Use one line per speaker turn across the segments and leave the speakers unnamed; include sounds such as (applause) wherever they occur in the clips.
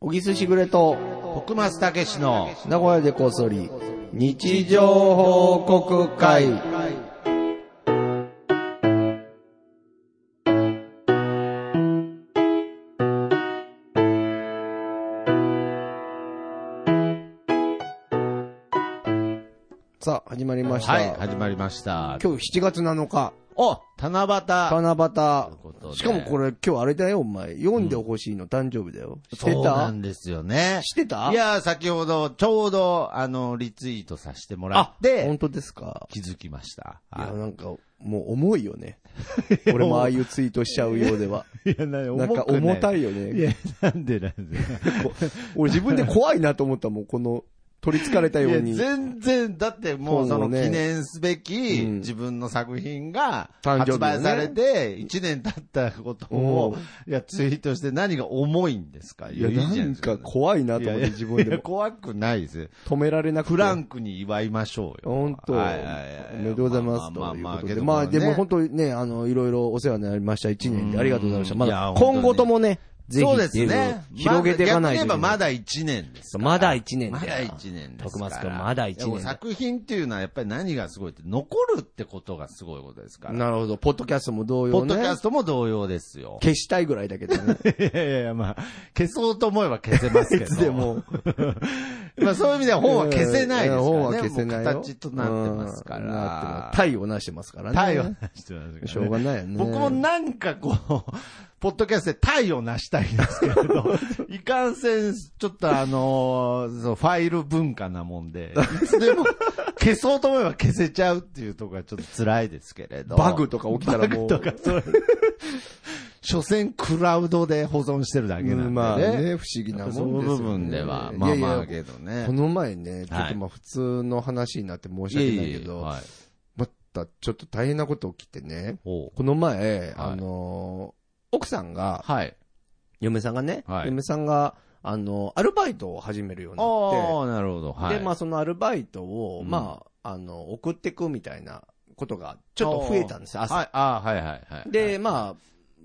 小木すしぐれと、
徳松たけしの
名古屋でこっそり、日常報告会。さあ、始まりました。
はい、始まりました。
今日7月7日、
お七夕
七
ということ
夕。
で
しかもこれ今日あれだよ、お前。読んでほしいの誕生日だよ。知って
そうな
た
んですよね。
知ってた
いやー、先ほど、ちょうど、あの、リツイートさせてもらっ
本
て、
当ですか
気づきました。
いや、
は
なんか、もう重いよね。俺もああいうツイートしちゃうようでは。
いいや、な
なんか重たいよ
い
ね。
や、なんでなんで。
こ俺自分で怖いなと思ったもん、この、取り憑かれた
い
よう
や、
に。
全然、だってもうそ
そう
の
ね
記念すべき
うん
自分の作品が
誕生日
発
をね
売されて1年経ったこと
う
を
ん、
いや、ツイートして何が重いんですか
いや、
いやいいじゃ
な
ない
ん
ですか
か怖いなと思っ
い
て
や
自分
い
で
や
も。
怖くないです。
止められなくて。
フランクに祝いましょうよ。
本当。
はいはいはい
おめでとうございます。
まあ
という
まあまあ
こと
け
で。
ど
まあ
ね
でも本当にね、あの、いろいろお世話になりました。一年でありがとうございました。
うん
ま
いや
だ、
本当に
今後ともね、ぜひ
そうですね。
広げていかないといけない。
まだ逆に言えばまだ1年ですから。
まだ一年だ
ま
よ
だ一年ですから。
徳松君まだ一年だ
いやこれ作品っていうのはやっぱり何がすごいって、残るってことがすごいことですから。
なるほど。ポッドキャストも同様
ポッ
ね
ドキ。ャストも同様ですよ。
消したいぐ (laughs) らいだけどね。
いやいやいや、まあ、消そうと思えば消せますけど。
いつでも。
まあそういう意味では本は消せないですからね。
本は消せないよ。
もう形となってますか
うんなってま
ら
す。タイをなしてますからね。
タイを成してますからね
しょうがないよね。
僕もなんかこう、 (laughs) ポッドキャストでタイを成したいんですけ
(laughs)
れど、いかんせん、ちょっとあのーそうファイル文化なもんで、い
(laughs)
つでも消そうと思えば消せちゃうっていうところがちょっと辛いですけれど。
バグとか起きたらもう
バグとか
(laughs)
そう所詮クラウドで保存してるだけなんで、ね。
うんまあね、不思議なもんです
そ
よ
の
ね
部分では、
い
まあ
やいや
まあけどね。
この前ね、ちょ
はい
っとまあ普通の話になって申し訳
い
な
や
いい
や
け
いや
ど、
はい
またちょっと大変なこと起きてね、
おう
この前、あのー、奥さんが、
はい。
嫁さんがね、
はい
嫁さんが、あのー、アルバイトを始めるように
あ
な
あ、なるほど。
っ
は
て、
い。
で、まあそのアルバイトを
う、ん
まあ、あの、送ってくみたいなことがちょっと増えたんですよ、朝
はい、あーはいはいはい。
で、まあ、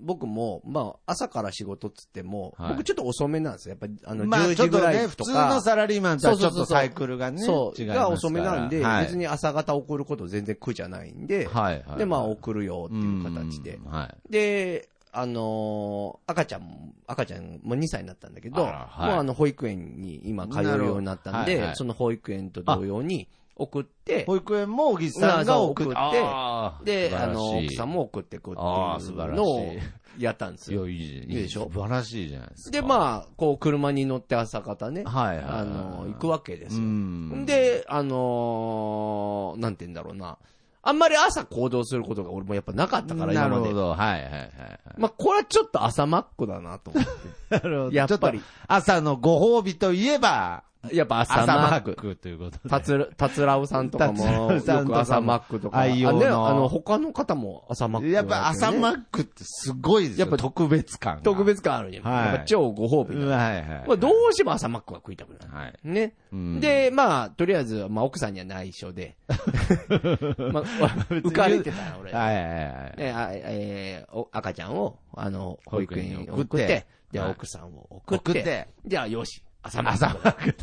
僕も、まあ、朝から仕事っつっても、
はい
僕ちょっと遅めなんですよ。やっぱり、あの、
まあ
10
ちょ
時
っと
ぐら
ね、
い
普
と
通
か
の、サラリーマンとはちょっ
そうそうそう
と
そう
サイクルがね、
そう、
違いますから
が遅めなんで、
はい、
別に朝方送ること全然苦じゃないんで、
はいはい、
で、まあ、送るよっていう形で
うん。は
で、あのー赤ちゃんも、赤ちゃんも2歳になったんだけど、
あらはい
もうあの、保育園に今通うようになったんで、
なるほどはいはい
その保育園と同様に送っ
い。
て、
保育園も小木さんが送って、
そう送って
あー
で、あの、奥さん。も送ってくっていうのをやったんです
素晴らしいい
よ
や、。いいじゃ
い
ん。いい
いでしょ
素晴らしいじゃないですか。
で、まあ、こう、車に乗って朝方ね、
はいはいはい
あの、行くわけです
う
よ。
ん。
で、あのーなんて言うんだろうな。あんまり朝行動することが俺もやっぱなかったから、
な
今
る
ま
ほ
で。
ど。はいはいはいはい。
まあ、これはちょっと朝マックだなと思っ
なるほど
やっぱり
ちょと朝のご褒美といえば、 (laughs)
て。やっぱ朝
朝
マ
マ
ッ
ッ
ク。
クということで。
たつら、たつらうさんとかも、よ
達郎さんとかも
く朝マックとか。
愛用の
あねあの、他の方も朝マック、
やっぱ朝マ
ク。
ックってすごいです
や
よ。
っぱ
特別感が。
特別感あるね。
はい
やっぱ超ご褒美
うん
だ。
はいはい。
まあ、どうしても朝マックが食いたくなる。
はい。
ね。
うん
で、まあ、とりあえず、まあ、奥さんには内緒で。
(laughs)
まあ、浮かれてたな、俺。
はいはいはい。
ねあえーお赤ちゃんを、あの、保
保
育
育
園
園
に
に
送
送
っ、
ってて
で、
はい
奥さんを送って、
送って
じゃあ、よし、朝マック。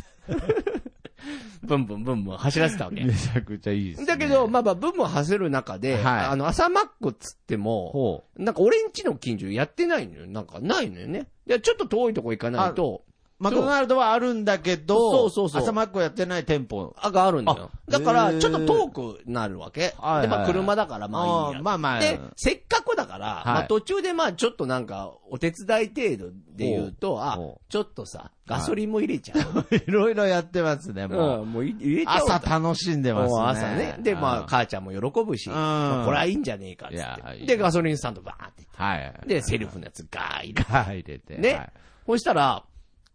ブンブンブンブン走らせたわけ。
めちゃくちゃいいです、ね。
だけど、まあまあ、ブンブン走る中で、
はい
あの、朝マックっつっても、
ほ
なんか俺んちの近所やってないのよ。なんかないのよね。でちょっと遠いとこ行かないと、
う。マクドナルドはあるんだけど、
そうそうそう
朝マックをやってない店舗。
あがあるんだよ。
あ
だから、
へー
ちょっと遠くなるわけ。
はいはい
で、まあ、車だから、まあいいや。
あーまあまあ
で、せっかくだから、
い
まあ、途中でまあ、ちょっとなんか、お手伝い程度で言うと、あ
ほ、
ちょっとさ、ガソリンも入れちゃう。
いろいろやってますね、 (laughs) もう。
うん、もう入れちゃおうと。
朝楽しんでますね
も。う朝ね。で、まあ、
あ、
母ちゃんも喜ぶし、
うん
まあこれはいいんじゃねえかっつ
いや
っ
は
て。
い
で、ガソリンスタンドバーンって。
はい。
で、セルフのやつガーイ。
が入れて。
ね。
はい
そしたら、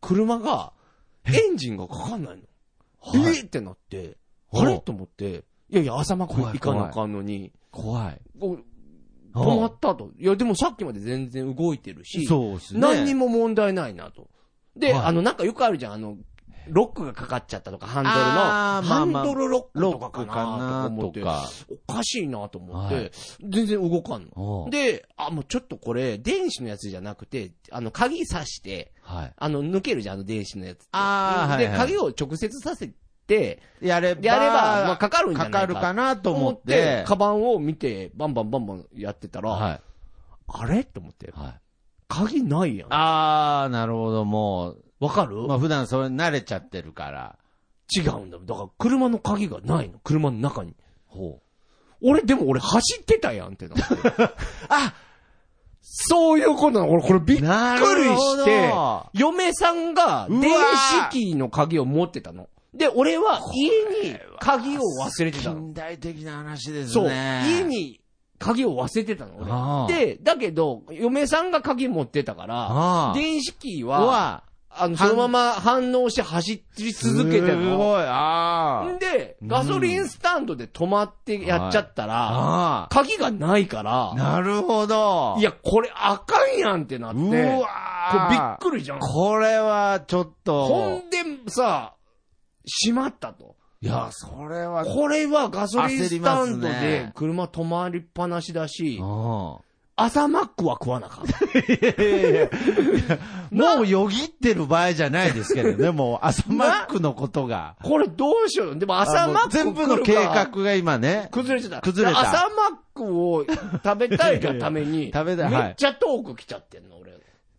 車が、エンジンがかかんないの。
はい
えーってなって、
ほ
あ
う
れと思って、いやいや、朝まこ
怖
行
い
かなあかんのに、
怖い。
お止まったと。いや、でもさっきまで全然動いてるし、
そうですね。
何にも問題ないなと。で、
はい
あの、なんかよくあるじゃん、あの、ロックがかかっちゃったとか、ハンドルの、
あーまあまあ
ハンドルロック
ロ
と
ッ
かか
クか
な
な
と
と
思って、
か。
おかしいなと思って、
はい
全然動かんの。
おう
で、あ、もうちょっとこれ、電子のやつじゃなくて、あの、鍵挿して、
はい。
あの、抜けるじゃん、あの電子のやつって。
あーはい
で、
はい
鍵を直接させて、
やれば、
やれば、まあ、かかるんじゃない
か
か
かるかなと
と思
思っ
って
て、、
カバンを見て、バンバンバンバンやってたら、
はい。
あれと思って、
はい。
鍵ないやん。
あー、なるほど、も
わかる、
う、まあ普段それ慣れちゃってるから。
違うんだよ。だから、車の鍵がないの。車の中に。
ほ
俺、でも俺走ってたやんってなって。
う。 (laughs) あ
そういうことなの。俺、これびっくり
なるほど
して、嫁さんが電子キーの鍵を持ってたの。で、俺は家に鍵を忘れてたの。
近代的な話です
そう。
ね。
家に鍵を忘れてたの、
あー
俺。で、だけど、嫁さんが鍵持ってたから、
あー
電子キーは、
は、
あの、そのまま反応して走り続けてた
す
の。
ごい、あー
んで、ガソリンスタンドで止まってやっちゃったら、
あ
鍵がないから
ー。、なるほど。
いや、これあかんやんってなって、
う
これび
わ
っくりじゃん。
これはちょっ
ほ
と、
んで、さ、しまったと。
いや、それは、
これはガソリンスタンド
焦ります
で
ね
車止まりっぱなしだし、
うん
朝マックは食わなかった。
(laughs) もうよぎってる場合じゃないですけどね、もう朝マックのことが。
(laughs) これどうしよう。でも朝マッ
あもう
ク
全部の
来
計
る
画
か
が今ね。
崩れちゃった。
崩れた
朝マックを食べたいがために、
い (laughs) やいや食べたいはい
めっちゃ遠く来ちゃってんの、俺。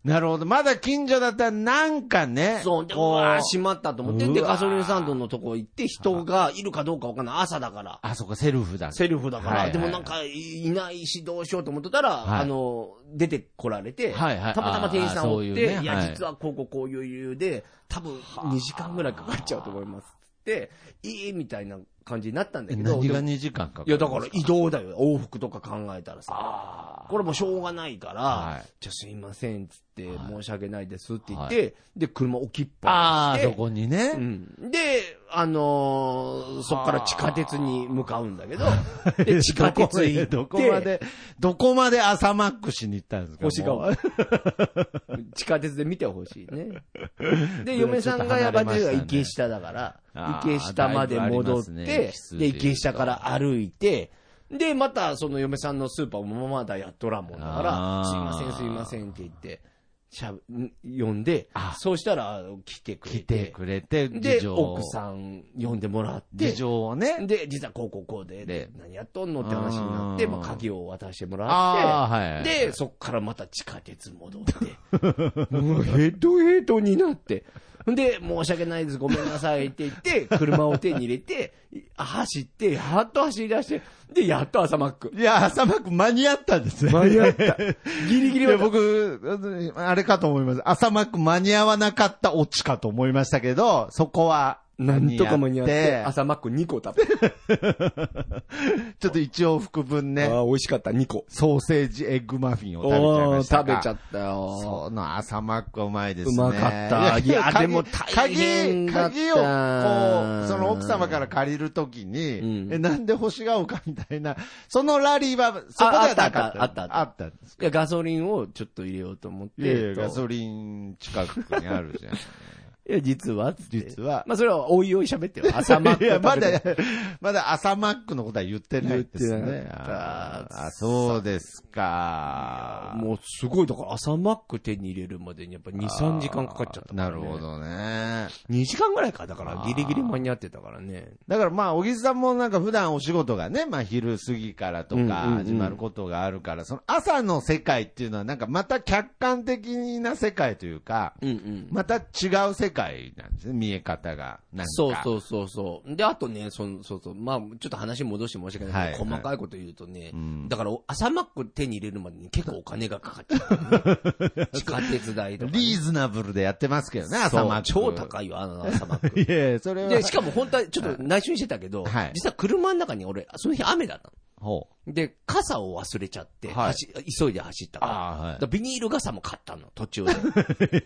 なるほど。まだ近所だったらなんかね。
そう、で、う
こ
わー、閉まったと思って、
う
で、
わー
ガソリンスタンドのとこ行って、人がいるかどうかわかんない。朝だから。
あ、そこセルフだ。
セルフだから、
はいはい
でもなんかいないしどうしようと思ってたら、
はい
あの、出てこられて、
はいはい
たまたま店員さん
あー
を追
そうい
っ
う
て、
ね
いや、
はい
実はこうこうこういう理由で、多分2時間ぐらいかかっちゃうと思いますって、いいみたいな感じになったんだ
え
けど、
何
でも
が2時間かかる
いやだから移動だよ、往復とか考えたらさ、これもうしょうがないから、
はい
じゃあすいませんっつって、
はい
申し訳ないですって言って、で、車置きっぱ
あ
に
あ、
して
そこに
う
ね。
んで、あのーそこから地下鉄に向かうんだ
(laughs)
けど、で地下
どこ
鉄
へ
行って、
どこまで、どこまで朝マックしに行ったんですか
星
(laughs)
が
もう
地下鉄で見てほしいね。
(laughs)
で、
で
嫁さんがやばい
ちょっと離れましたね
池下だから、
あー
池下まで戻って、
だいぶあり
で
ますねで、
池下から歩いて、で、またその嫁さんのスーパーもまだやっとらんもんだから、
あー
すいませんすいませんって言って、しゃぶ、ん呼んで
あ、
そうしたら来てくれて、
来てくれて、事
で、
情を
奥。さん呼んでもらって、
事情をね。
で、実はこうこうこうで、
で
何やっとんのって話になって、
うん
まあ、鍵を渡してもら
ああ、はい。
って、、で、そっからまた地下鉄戻って、もうヘトヘトになって、で、申し訳ないです、ごめんなさいって言って、
(laughs)
車を手に入れて、走って、やっと走り出して、で、やっと朝マック。
いや、朝マック間に合ったんですね。
間に合った。ギリギリ
(laughs) いや、
は僕、
僕、あれかと思います。朝マック間に合わなかったオチかと思いましたけど、そこは、
なんとか間に合って、
間に合っ
朝マック2個食べ
てちょっと一往復分
て、あ
ね、
あ、美味しかった、2個。
ソーセージエッグマフィンを食べちゃい
お
ま
ー
した
食
が。
べちゃったよ。
その朝マックはうまいですね。
うまかった
いや、
いや
鍵
でも大変だった
鍵、鍵を、こう、その奥様から借りるときに、
うん
え、なんで欲しがおうかみたいな、そのラリーは、そこではなかった。
ああったあった
あったんです。
いや、ガソリンをちょっと入れようと思って。
いやいや、
と
ガソリン近くにあるじゃん。
いや、実はつって
実は
まあ、それはおいおい喋ってよ。朝マック
いや、ま
食べて
だ、まだ朝マックのことは言ってないです
言って
ね
な。か
あ
った
ーあ、そうですか。
もうすごい、だから朝マック手に入れるまでにやっぱ2、3時間かかっちゃったから、
な
ね。
るほ。どね。
2時間ぐらいか。だから
あー
ギリギリ間に合ってたからね。
だからまあ、小木さんもなんか普段お仕事がね、まあ昼過ぎからと
うん
か
うんうん
始まることがあるから、その朝の世界っていうのはなんかまた客観的な世界というか、
うんうん。
また違う世界なんですね、見え方が。なんか。
そうそうそうそう。で、あとね、そのそうそう。まあ、ちょっと話戻して申し訳ないけど、
はい
細かいこと言うとね、
うん
だから朝マック手に入れるまでに結構お金がかかっちゃう、 (laughs) ね。地下鉄代とかね、
リーズナブルでやってますけどね、
そ
朝
う
マック。
超高いよ、あの朝マッ (laughs) ク。
(laughs) い。いやいや、それは。
で、しかも本当はちょっと内緒にしてたけど、
はい
実は車の中に俺、その日雨だった
ほう。
の。で、傘を忘れちゃって、
はい
走急いで走ったから。
あーはい
だからビニール傘も買 (laughs) ったの、途中で。
い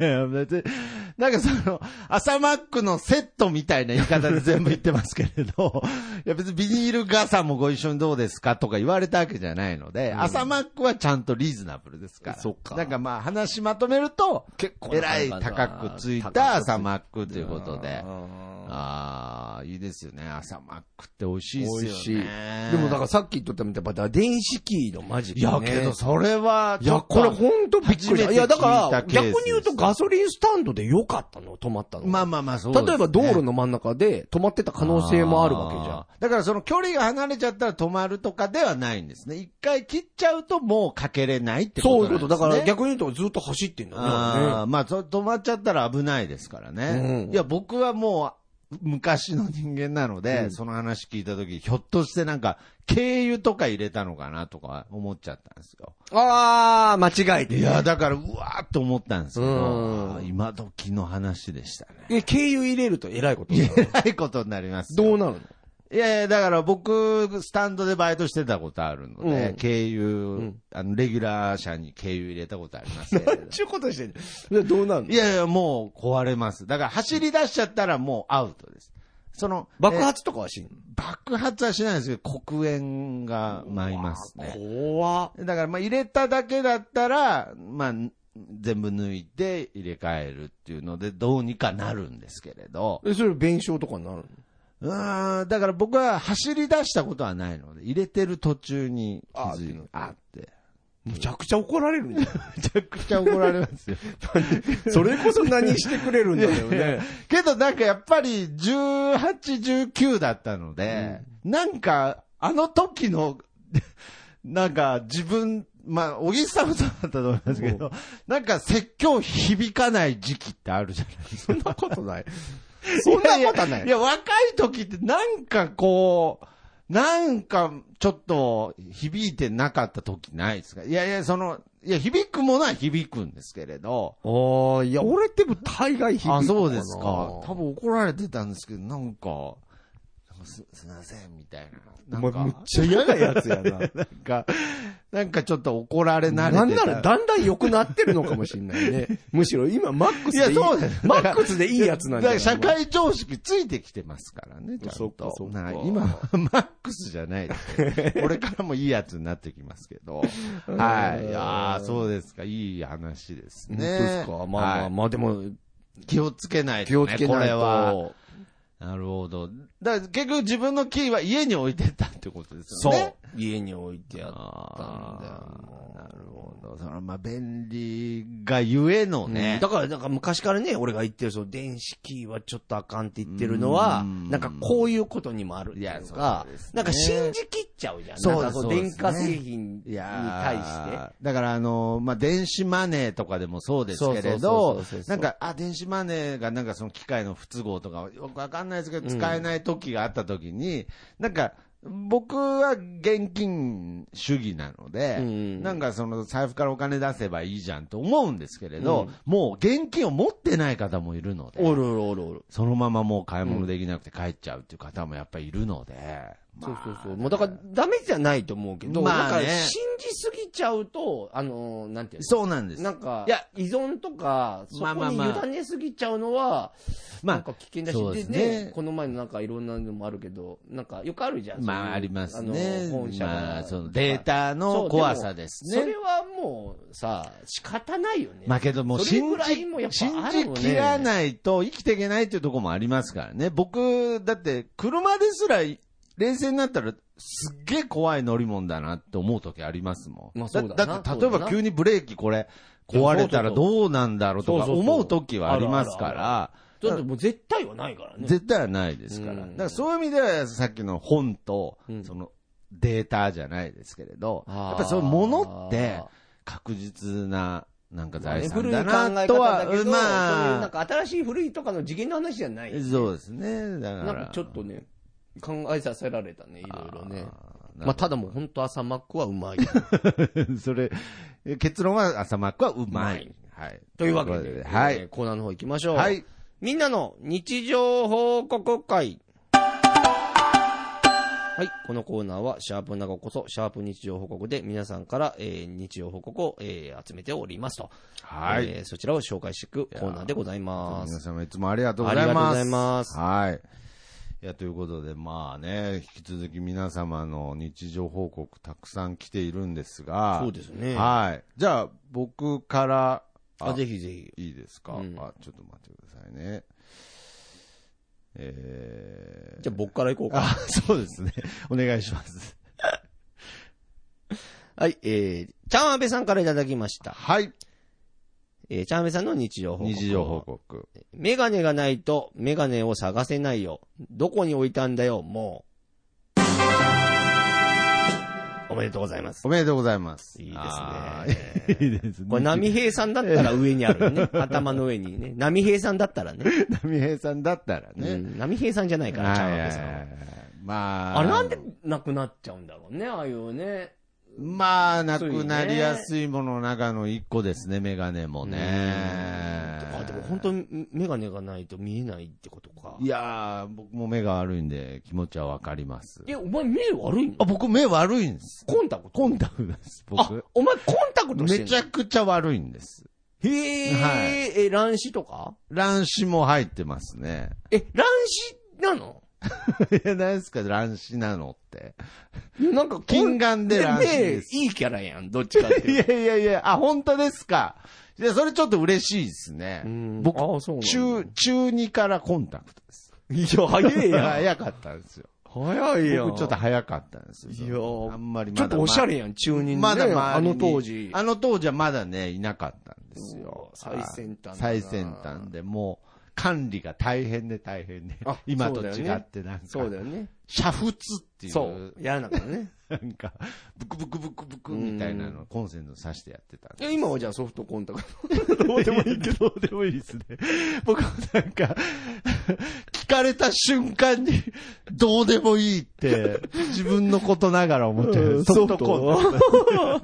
や、別に、 (laughs) なんかその、朝マックのセットみたいな言い方で全部言ってますけれど、 (laughs) いや別にビニール傘もご一緒にどうですかとか言われたわけじゃないので、朝マックはちゃんとリーズナブルですから。
そっか
なんかまあ話まとめると、
結構
えらい高くついた朝マックということで。
うん
ああ、いいですよね。朝マックって美味しいですよね。
美味しいでもだからさっき言っとったみたいぱだから電子キーのマジック、
い
ね。
や、けど、それは、
いや、これほんとびっくりした。いや、だから、逆に言うとガ
ス。
ソリンスタンドでよかったの、止まったの。
まあまあまあ、そうですね
例えば道路の真ん中で止まってた可能性もあるわけじゃん
あ。ーだからその距離が離れちゃったら止まるとかではないんですね。一回切っちゃうともうかけれないってこ
そう
と
いう
なん
こと。
ですね。
だから逆に言うとずっと走ってんだね
あ
あ
ーまあ、そ止まっちゃったら危ないですからね。
うん
いや、僕はもう、昔の人間なので、その話聞いたとき、ひょっとしてなんか、軽油とか入れたのかなとか思っちゃったんですよ。
れね。あー、間違えて
い
る。
や、だから、うわーっと思ったんですけ
うん
ど、あー今時の話でしたね。 (laughs)
え、軽油入れると偉いことに
言
なる
えないことになりますよ。
どうなるの
いやいや、だから僕、スタンドでバイトしてたことあるので、
うん
経由、
ん
あの、レギュラー車に経由入れたことあ
(laughs)
りますけれど
ちゅうことしてんのどうなるの
いやいや、もう壊れます。だから走り出しちゃったらもうアウトです。その、
爆
えー
発とかはしんの
爆発はしないですけど、黒煙が舞いますね。
怖っ
だから、まあ、入れただけだったら、まあ、全部抜いて入れ替えるっていうので、どうにかなるんですけれど。
え、それ弁償とかになるの
うーん、だから僕は走り出したことはないので、入れてる途中に気づいて、あって。
むちゃくちゃ怒られるんじゃん。
めちゃくちゃ怒られますよ。
(laughs)
(laughs)
それこそ何してくれるんだよね。
けどなんかやっぱり18、19だったので、なんかあの時の、 (laughs) なんか自分、まあ、小木さんもそうだったと思いますけど、なんか説教響かない時期ってあるじゃないです
そ
か。
んなことない。 (laughs) そんなことはない
やいや、若い時ってなんかこう、なんかちょっと響いてなかった時ないですかいやいや、その、いや、響くものは響くんですけれど、
ああ、いや、俺っても大概響くの
あ、
な
そうですか。多分怒られてたんですけど、なんか、なんかすすいません、みたいな。
お
な
前
んか、
むっちゃ嫌なや (laughs) つやな。
なんか、なんかちょっと怒られ慣れてた。
なんなら、だんだん良くなってるのかもしれないね。 (laughs) むしろ今、マックスでい
いや、
い。
そうです。
(laughs) マックスでいいやつなんじゃない
だから社会常識ついてきてますからね、ちゃんと。
そっかそっか
なん今はマックスじゃないです
(laughs)
ね。俺からもいいやつになってきますけど。はい。いやーそうですか。いい話です
本当
ね。
ですか。まあま
は
あ
い
まあ、でも、
気をつけない
気
と、
を
ね。
つけ
こ
ない
れは。
と。
なるほど。だから結局自分のキーは家に置いてたってことです
そ
よ
う
ね。。
家に置いてあったんだよ
あ
も
ーなるほど。そのまあ便利がゆえの
う。
ね。
だから、なんか昔からね、俺が言ってる、その電子キーはちょっとあかんって言ってるのは、
うん
なんかこういうことにもあるっていうか
いやそうですね
なんか信じきっちゃうじゃん。
そう
な
で
ん
す
かこ
そ
う
うで
電
すね
化製品に
い
対
ー
して。
だからあの、まあ、電子マネーとかでもそうですけ
そう
れ
そうそう
ど
そうそう、そう
なんか、あ、電子マネーがなんかその機械の不都合とか、よくわかんないですけど、
うん
使えない時があった時に、なんか、僕は現金主義なので、
うん
なんかその財布からお金出せばいいじゃんと思うんですけれど、
うん
もう現金を持ってない方もいるので、
おるおるおるおる。
そのままもう買い物できなくて帰っちゃうっていう方もやっぱりいるので、
そう
まあ
そうそう。もうだから、ダメじゃないと思うけど、
まあね
なんか、信じすぎちゃうと、あのーなんていう
そうなんで
の
す。
なんか、
いや
依存とか、そ
まあ
こ
まあ
に
まあ
委ねすぎちゃうのは、
ま
なん
あ
か、危険だ
そうで
し、
す
で
ね
ね、この前のなんかいろんなのもあるけど、なんか、よくあるじゃん。そうい
ま
う
あ、ありますね
あ。の本社が
まあ、そのデータの怖さです
そう
ね
で。もそれはもう、さ、仕方ないよね。
まあけどもう
それ
信
ぐ
じ
らいもやっ、
信
ぱある
じ
よね
きらないと生きていけないっていうところもありますからね。僕、だって車ですら冷静になったらすっげえ怖い乗り物だなって思う時ありますもん。
まあそうだな
って
そう
例
だ
え
な
ば急にブレーキこれ壊れたらどうなんだろうとか
そうそうそう
思う時はあります
あ
か
るあ
ら。
だってもう絶対はないからね。
絶対はないですから。
うん
だからそういう意味では、さっきの本と
う、ん
その、データじゃないですけれど、
あー
やっぱりそういうものって、確実な、なんか財産
古い
だ
考
な、
え
と
方だ
は、
けど、
うん
そういう
ま
なん
あ、
か新しい古いとかの次元の話じゃない。
そうですね。だか
なん
ら。
かちょっとね、考えさせられたね、いろいろね。
ー。
まあ、ただもう本当朝マックはう
(laughs)
まい。は
だ、 (laughs) それ、結論は朝マックはうま
う
い。はい。
というわけで、
は
え
い
ー。コーナーの方行きましょう。
はい。
みんなの日常報告会。はい。このコーナーは、シャープなごこそ、シャープ日常報告で皆さんから、えー日常報告を、えー集めておりますと。
はい。
えーそちらを紹介していくコーナーでございます
皆。様いつもありがとうござい
ありが
ます。
とうございます
はい。いや、ということで、まあね、引き続き皆様の日常報告たくさん来ているんですが。
そうですね
はい。じゃあ、僕から、
あ、ぜひぜひ。
いいですか、
うん
あ、ちょっと待ってくださいね。えー、
じゃあ僕から行こうか。
あ、そうですね。お願いします。
はい、えー、ちゃんあべさんからいただきました。
はい。
えー、ちゃんあべさんの日常報告。
日常報告。
メガネがないとメガネを探せないよ。どこに置いたんだよ、もう。おめでとうございます。
おめでとうございます。
いいですね
あーいいですね。
これ、波平さんだったら上にあるよね。頭の上にね。波平さんだったらね。
波平さんだったら
う
ね。
ん波平さんじゃないから、ちゃんあべさんは。
まあ。
あれなんでなくなっちゃうんだろうね、ああいうね。
まあ、なくなりやすいものの中の一個ですね、メガネもね。
あ、でも本当にメガネがないと見えないってことか。
いやー、僕も目が悪いんで気持ちはわかります。
え、お前目悪いの
あ、僕目悪いんです。
コンタクト
コンタクトです、
あ
僕。、
お前コンタクトしてん
め
の
ちゃくちゃ悪いんです。
へえ、
はい
え、乱視とか
乱視も入ってますね。
え、乱視なの
(laughs) いや、何ですか、乱視なのって。
いやなんかこん、
近眼で乱視
で
です。
目いいキャラやん、どっちかって
(laughs) い
いうと。
やいやいや、あ、本当ですか。いや、それちょっと嬉しいですね
う。ん
僕、
あそうなんだ
中、中2からコンタクトです。
いや、早えやん。
早かったんですよ。
(laughs) 早いやん。
僕ちょっと早かったんですよ。
いやー
あんまりま
ちょっ
だ。
とおしゃれやん、中二のね
まだま
あの当時。
あの当時はまだね、いなかったんですよ。
うわ最先端だな
最先端で、もう、管理が大変で大変で
あ。
今と
そうだよね
違ってなんか、
そうだよね。
煮沸ってい
そうう、、やらなかったね。
なんか、ブクブクブクブクみたいなのをコンセント挿してやってた
(laughs) い
んで
や、今はじゃあソフトコン (laughs) タク
どうでもいいけ (laughs) ど、どうでもいいですね。僕もなんか、 (laughs) 聞かれた瞬間に、どうでもいいって、自分のことながら思っちゃう。
ト。
ソフトコント。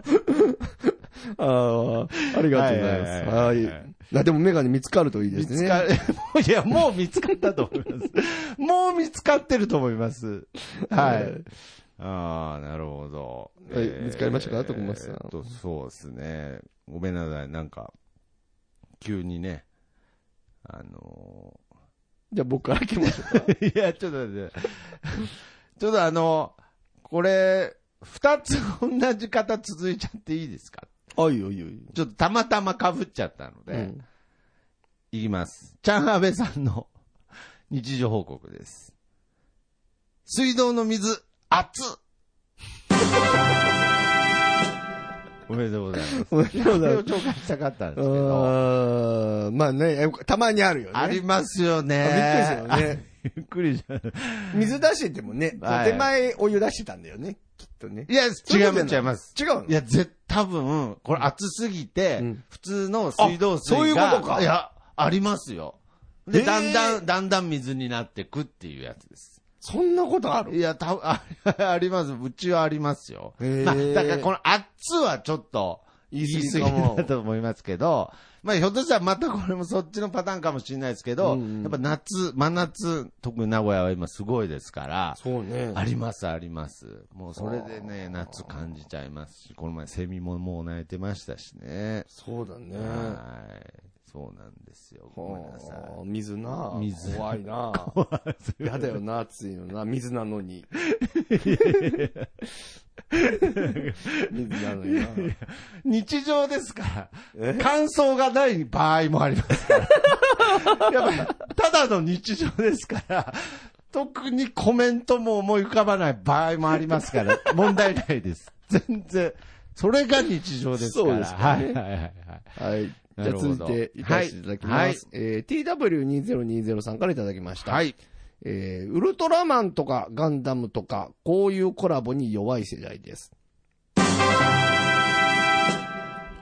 (laughs) ああ、ありがとうございます。
は
はい
はいはい
い
はい
あ。でもメガネ見つかるといいで
見
す
つ
ね。
か、いや、もう見つかったと思います。もう見つかってると思います。はい。ああ、なるほど。
はい見つかりましたか徳松さん
えーっとそうですね。ごめんなさい。なんか、急にね、あのー
じゃあ僕から行きましょう。
いや、ちょっと待って。ちょっとあの、これ、二つ同じ方続いちゃっていいですか
(laughs) あ、いいよいいよいいよ。
ちょっとたまたま被っちゃったので、
うん
いきます。チャンアベさんの日常報告です。水道の水、熱っおめでとうございます。
おめでとうご
こ
ざい
れ
ま
を
す。
紹介したかったんですけど、
あーまあね、たまにあるよね。
ありますよ
びっくりした
ね。
よね。
びっくりしたよね。
水出しててもね、
はい
手前お湯出してたんだよね、きっとね。
いや、
そういう
違
ことじゃ
う、
な
違います。
違うの
いや、絶多分、これ暑すぎて、
うん
普通の水道水
あそ
が。
ういうことか
いや、ありますよ。で、
へー
だんだん、だんだん水になってくっていうやつです。
そんなことある
いや、た (laughs) あ、あります。うちはありますよ。
へー
まあ、だからこの暑はちょっと、言い過ぎ
言い過ぎかも
だと思いますけど、まあ、ひょっとしたらまたこれもそっちのパターンかもしれないですけど、
うんうん
やっぱ夏、真夏、特に名古屋は今すごいですから、
そう (laughs) ね
あります、あります。もうそれでね、夏感じちゃいますし、この前セミももう鳴いてましたしね。
そうだね。
はい。そうなんですよ。ごめんなさ
あー水な
水
怖いなやだよな、暑いのな。水なのに。水なのにな。
い。日常ですから
え、
感想がない場合もありますから。
(laughs)
やっぱり、ただの日常ですから、特にコメントも思い浮かばない場合もありますから、問題ないです。全然。それが日常ですから。
そうですかね
はいはいはいはい。
はい。じ
な
ゃあ
るほど
続いて、いかせていただきます。
はいはい
えー、TW2020 さんからいただきました。
はい。
えー、ウルトラマンとかガンダムとか、こういうコラボに弱い世代です。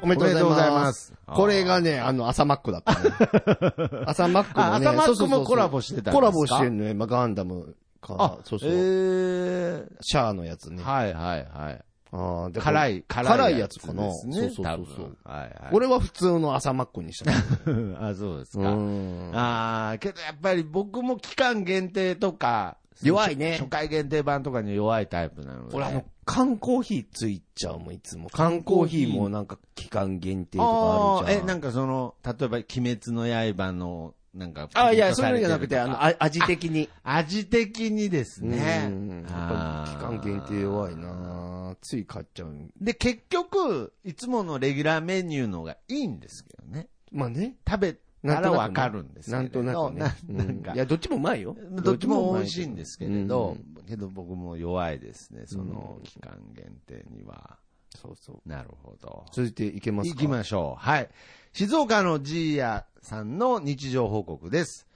おめでとうございます。
おめでとうございます
これがね、あの、朝マックだったね。
(laughs)
朝マック
あ、
もね、
朝マ
そう
ッ
そうそ
ク
うそ
も
う
コラボしてたんですか
コラボしてるのよ、今、ガンダムか。
あ、
そうそう、
えー
シャアのやつね。
はいはいはい。
あーで
辛
こ
い、
辛いやつかな
ですね
そうそうそうそう
多分はいは
れ
い。
俺は普通の朝マックに
(laughs)
した。
あ、そうです
う
か。
ん
ああ、けどやっぱり僕も期間限定とか、
弱いね
初初回限定版とかに弱いタイプなので。
俺あの、缶コーヒーついちゃうもん、いつも。缶コーヒーもなんか期間限定とかあ
あ
る
ー
じゃん。
え、なんかその、例えば、鬼滅の刃の、なんか、
あ、いや、
プ
そう
リ
いうの
ン
じゃなく
トされて
て、
る
あ
と
の、
か、
あ味的に。
味的にですね
うん。やっぱり期間限定弱いなつい買っちゃう。
で、結局、いつものレギュラーメニューのがいいんですけどね。
まあね。
食べたらわかるんですけれど
なんとなくね。
ななん
う
か
んい、や、どっちもうまいよ。
どっちも美味しいんですけれど
う、
けど僕も弱いですね、その期間限定には。
そうそう。
なるほど。
続いていけますか
行きましょう。はい。静岡のジーヤさんの日常報告です。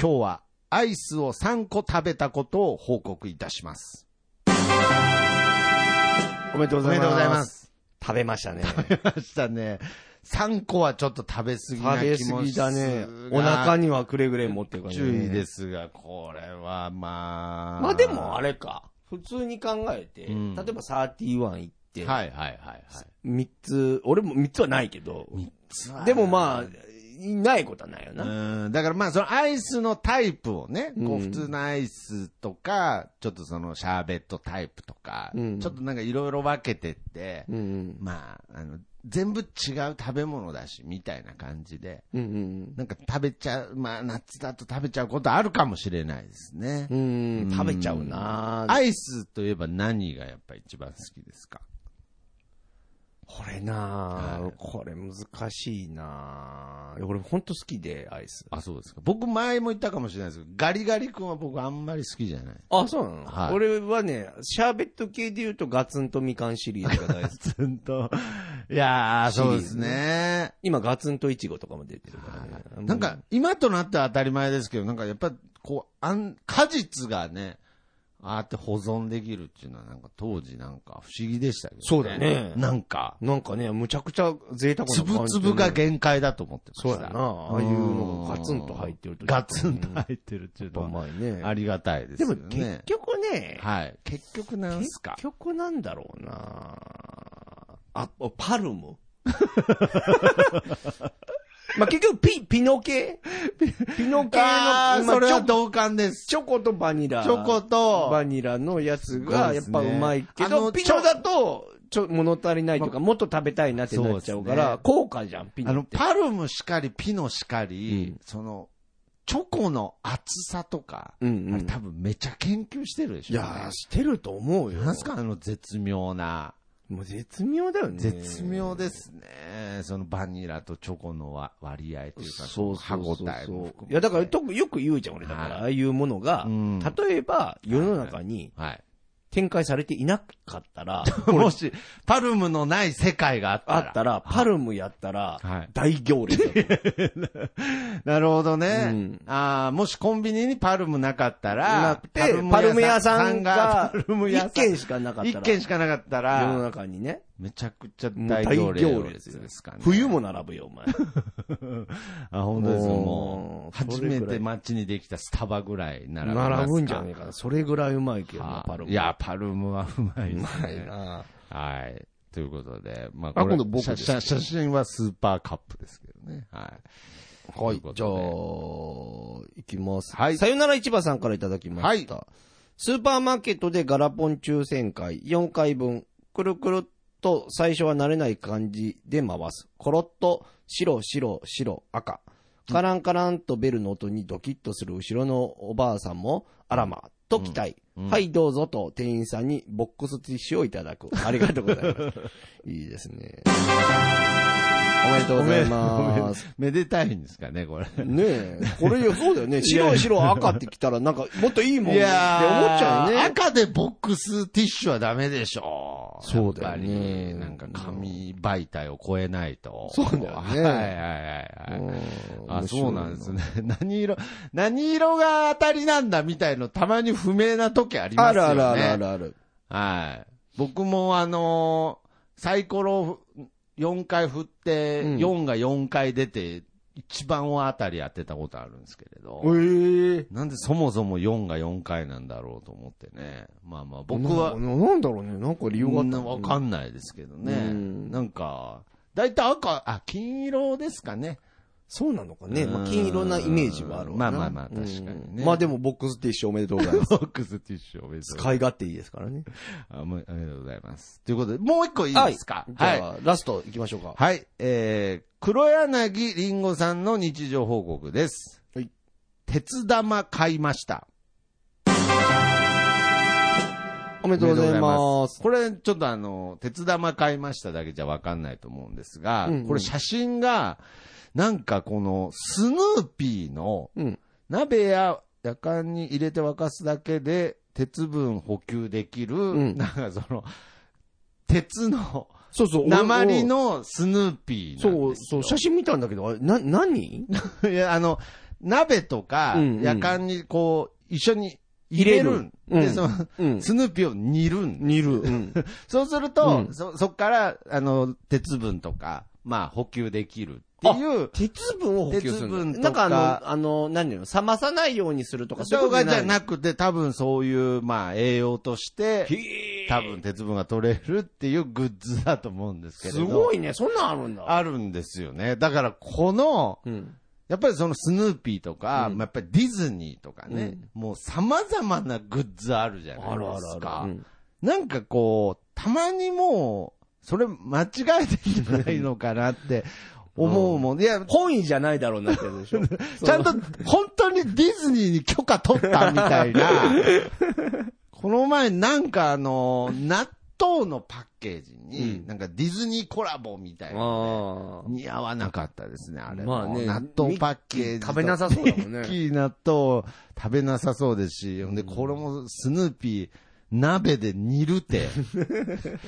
今日はアイスを3個食べたことを報告いたします。
おめでとう
お
ご
め
ざいます。
でとうございま。す。
食べましたね。
ましたね。3個はちょっと食べ過
食
ぎな
べ
気も
過ぎ
す
だ
る
ね。
が
お腹にはくれぐれもっていう感じ、。
注意ですすが、これはまあ。
まあでもあ
れ
れか。普通に考えて、
うん
例えば31行って、
はいはいはいはい。
3つ、俺も3つはないけど、でもまあ、いないことはないよな。
うん、だからまあ、そのアイスのタイプをね、
う
こうん普通のアイスとか、ちょっとそのシャーベットタイプとか、
うん
ちょっとなんかいろいろ分けてって、
うんうん。
まあ、あの、全部違う食べ物だし、みたいな感じで、
うんうん
なんか食べちゃう、まあ、夏だと食べちゃうことあるかもしれないですね。
うん。うん、食べちゃうな
アイスといえば何がやっぱ一番好きですか
これなあ、
はい
これ難しいなあ俺ほんと好きで、アイス。
あ、そうですか。僕前も言ったかもしれないですけど、ガリガリ君は僕あんまり好きじゃない。
あ、そうなの、
はい
俺はね、シャーベット系で言うとガツンとみかんシリーズが大
(laughs)
好き。
ずんと。いやー、
シリ
そう
ー
で
ズ
す
ね
ね。
今ガツンとイチゴとかも出てるからね。もう
なんか、、今となっては当たり前ですけど、なんかやっぱ、こう、あん、果実がね、ああやって保存できるっていうのは、なんか当時なんか不思議でしたけど、
そうだね
なんか、
なんかね、むちゃくちゃ贅沢な
つ
感じ、
ぶつぶが限界だと思ってました。
そうやな。ああいうのがガツンと入ってると。
ガツンと入ってるっていう
と。う
のは、
まいね。
ありがたいです
で
よ
も
ね。
結局ね、
はい。結局なんすか
結局なんだろうなあ、パル
(laughs)
ム。まあ結局ピ、ピノ
(laughs)
系ピノ系の、
あー
まあ
それ
チ
は
ョ
同感です。
チョコとバニラ。
チョコと、
バニラのやつがやっぱうまいけ
そうですねあ
ど、
の
ピノだと、ちょ、物足りないというか、もっと食べたいなってなっちゃうか
そ
ら、
うですね
高価じゃん、ピ
あ
ノ
の、
って。
パルムしかり、ピノしか
う
り、
ん
その、チョコの厚さとか、
うんうん
あれ多分めちゃ研究してるでし
い
ょ、
やー、してると思うよ。
なんすかあの絶妙な。
もう絶妙だよね。
絶妙ですね。そのバニラとチョコのわ割合というか、
そうそうそうそう
歯応えも含めて
いや、だから、とよく言うじゃん、俺。だから、
はい
ああいうものが、
うん
例えば、世の中に
はい。
展開されていなかったら、
もし、パルムのない世界があった
あ
ら。
ったら、パルムやったら
はい、
大行列だと思う
なるほど
う
ね
ん。
ああ、もしコンビニにパルムなかった
な
ら
く、
(laughs)
て、パルム屋さんが、
パルム屋さ
一
ん
軒しかなかった
一
ら、
軒しかなかった
世の
ら、
中にね、
めちゃくちゃ
もう
大行列ですかね。
冬も並ぶよ、お前。
あ、本当ですよ。
も
も
う
う、
そ
初
れぐらい
めて街にできたスタバぐらい並びますか
並ぶんじゃねえかな。それぐらいうまいけどな
は、
パルム。
いや、パルムはうまいで
う
す
まい
ね。
な
はい。ということで、まあ、
あ
これ
今度僕
写
ですけど
写写真はスーパーカップですけどね。はい。
はい
とい。う
じゃあ、いきます。
はい
さよなら市場さんからいただきました。スーパーマーケットでガラポン抽選会4回分、くるくるっと最初は慣れない感じで回す。コロッと白、白、白、赤。カランカランとベルの音にドキッとする後ろのおばあさんも、あらま、と期待。
うん
はい、どうぞと店員さんにボックスティッシュをいただく。ありがとうございます。
(laughs)
いいですね。おめでとうございます。
(laughs) めでたいんですかね、これ。
ねえ、これよ、そうだよね。白、白、赤ってきたら、なんか、もっといいもんって思っちゃうよね。
赤でボックスティッシュはダメでしょ
そうだよね
やっぱりなんか紙媒体を超えないと。
そうだよね
はいはいはいはい。
うん
あ、そうなんです。ね。 (laughs) 何色、何色が当たりなんだみたいのたまに不明な時あり
あ
ます
る
よね。
あるあるあるある。
はい。僕もあのーサイコロを4回振って、
うん
4が4回出て、一番を当たりやってたことあるんですけれど。
ええ。
なんでそもそも4が4回なんだろうと思ってね。まあまあ僕
な
は、
なんだろうね。なんか理由があ
そ
っ
ん
た
な
の
わかんないですけど
う
ね。
ん
なんか、だいたい赤、あ、金色です
(laughs)
かね。
そうなのかね。まあ、
うん
金色なイメージはあるわな
まあまあまあ確かにね
うんまあでも、ボックスティッシュおめでとうございます。
ボックスティッシュお
(laughs)
めでとうござ
使
い
い勝手いいですからね。
ます。あもうありがとうございます。ということで、もう一個いいですか
じゃあ、ラスト行きましょうか。
はい、えー、黒柳りんごさんの日常報告です。
はい
鉄玉買いました。
おめでとうございます。
これ、ちょっとあの、鉄玉買いましただけじゃわかんないと思うんですが、
うんうん
これ写真が、なんかこの、スヌーピーの
うん、
鍋や夜間に入れて沸かすだけで、鉄分補給できる、
ん
なんかその、鉄の、
そうそう。俺
鉛。のスヌーピーなん
そう、
です
そ
よ。
う、写真見たんだけど、あれ、な、何
いや、あの、鍋とか、
うんうん
やかんにこう、一緒に入れるん。
入れるう
で、
ん
その、
うん。
スヌーピーを煮るん。
似る。うん。
そうすると、
うん
そ、そっから、あの、鉄分とか、まあ、補給できるっていう、
鉄分を補給する
鉄
ん
分
だ
と
な
か
んかあの、あの、何だよ、冷まさないようにするとか、そういう
動
ことじ
画じ
ゃ
ゃ
ない。
なくて、多分そういう、まあ、栄養として、
へー
多分鉄分が取れるっていうグッズだと思うんですけれ
す
ど。
ごいね、そんなんあるんだ。
あるんですよね。だから、この、
うん。
やっぱりそのスヌーピーとか、
うん
まあやっぱりディズニーとかね、もう様々なグッズあるじゃない
あるあ
で
る
す
あ
か
るう。ん。
なんかこう、たまにもう、それ間違えてんじゃないのかなって思うもん。いや、
本意じゃないだろうなってやつでし (laughs) ょ。
(laughs) ちゃんと本当にディズニーに許可取ったみ
(laughs)
たいな。この前なんかあの、納豆のパッケージ
う
に、
ん
なんかディズニーコラボみたいな。
あ
似合わなかったですね、あれ
ま
も。
あね
納豆パッケージと。
食べなさそうだもんね
ミッキー納豆食べなさそうですし、ほんで、これもスヌーピー、鍋で煮るて。 (laughs)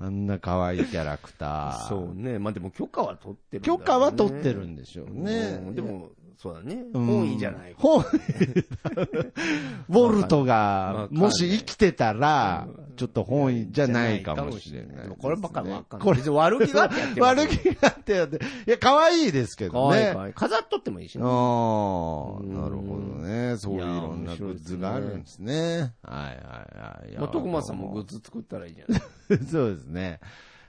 あんな可愛いキャラクタ
あ。(laughs)
ー。
そうね。まあでも許可は取ってるんだろう
許
ね。
可は取ってるんでしょう
う
ね。
んでも、そうだね。
うん、
本意じゃない。
本意ウォルト
わか
が、
んない
もし生きてたら、ちょっと本意じゃないかもしれないですね。
でもこればっかりわかんない。
これ
別に悪気があってやって
悪気があってやって。いや、可愛いですけ
か
ど
わいい
ね
か。わいい。飾っとってもいいしね。
ああ、
うん
なるほどね。そういうい
いやー
ろんなグッズがあるんですね。はいはいはいいや。
まあ、徳松さんもグッズ作ったらいいじゃない
ズ。 (laughs) そうですね。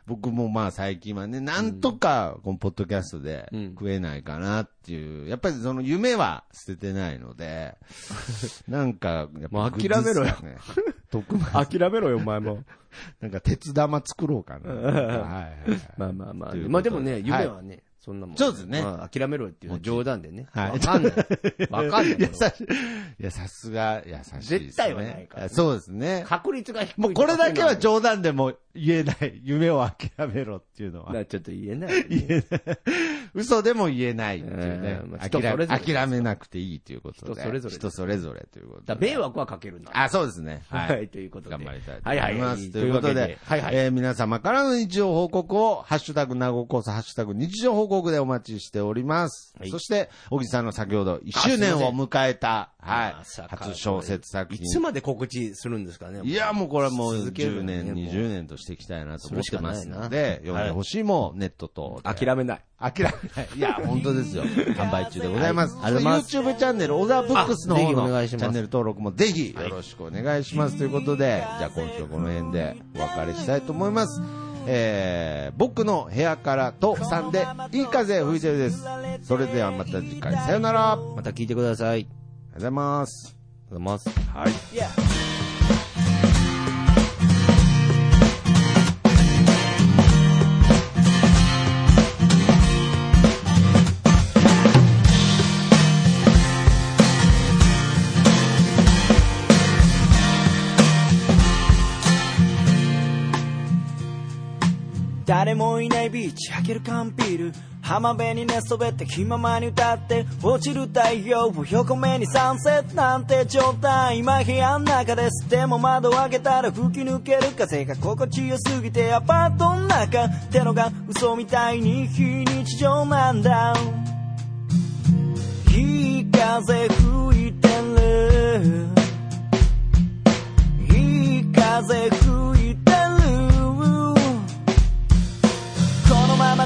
僕もまあ最近はね、なんとかこのポッドキャストで
うん
食えないかなっていう、やっぱりその夢は捨ててない
(laughs)
ので、なんかやっ
も
ぱ
う
グッズっすね
諦 (laughs)
徳 (laughs) 松、
諦めろよ、お前も。
なんか鉄玉作ろう
(laughs)
かな。はいはいはい
まあまあまあ。
ということで
まあでもね、夢
は
はね、そんなもん。
そうですね
まあ諦めろよっていうのは冗談でね。
はい
わ
(laughs)
かんない。わかんない
優。しい。いや、さすが優しいですね。
絶対はないから
そうですね。
確率が低い。
もうこれだけは冗談でも言えない。夢を諦めろっていうのは。
なちょっと言えない。
嘘でも言えないっていうね
えーま。あ人そ
諦め
れぞれです
諦めなくていいということ
人
で。
それぞれです
人それぞれということ
だ
で。
迷惑はかけるな。
あ、そうですね。は。
はいい、ということで。
頑張りたいと
はい
思
はいい
ま
は
す。
い。
ということ
わけ
で、
はいはい。
えー皆様からの日常報告を、ハッシュタグなごこそ、ハッシュタグ日常報告でお待ちしております。
はい
そして、小木さんの先ほど1周年を迎えた、はい
ま、さか
初小説作
い
品。
つまで告知するんですかね。
いや、もうこれはもう
続け
10
るね
年、
もう
20年としていきたいなと思ってますの
それしかない
で
な、
読んでほしいもんネットと。
諦めない。
諦めない。いや、本当ですよ。販売中でございます。
はいありがとうございます
そして YouTube チャンネル、オーダーブックスの方
あぜひお
の
願いし
チャン
ます
ネル登録もぜひよろしくお願いします。ということで、じゃあ今週はこの辺でお別れしたいと思います。えー、僕の部屋からと3で、いい風吹いてるです。それではまた次回、さよなら。ありがとう
また聞いてください。ありが
ございます。
とうございます。
はい。
誰もいないビーチ開ける缶ビール浜辺に寝そべって気ままに歌って落ちる太陽を横目にサンセットなんて状態今部屋の中ですでも窓を開けたら吹き抜ける風が心地よすぎてアパートの中ってのが嘘みたいに非日常なんだいい風吹いてるいい風吹いてるこのまま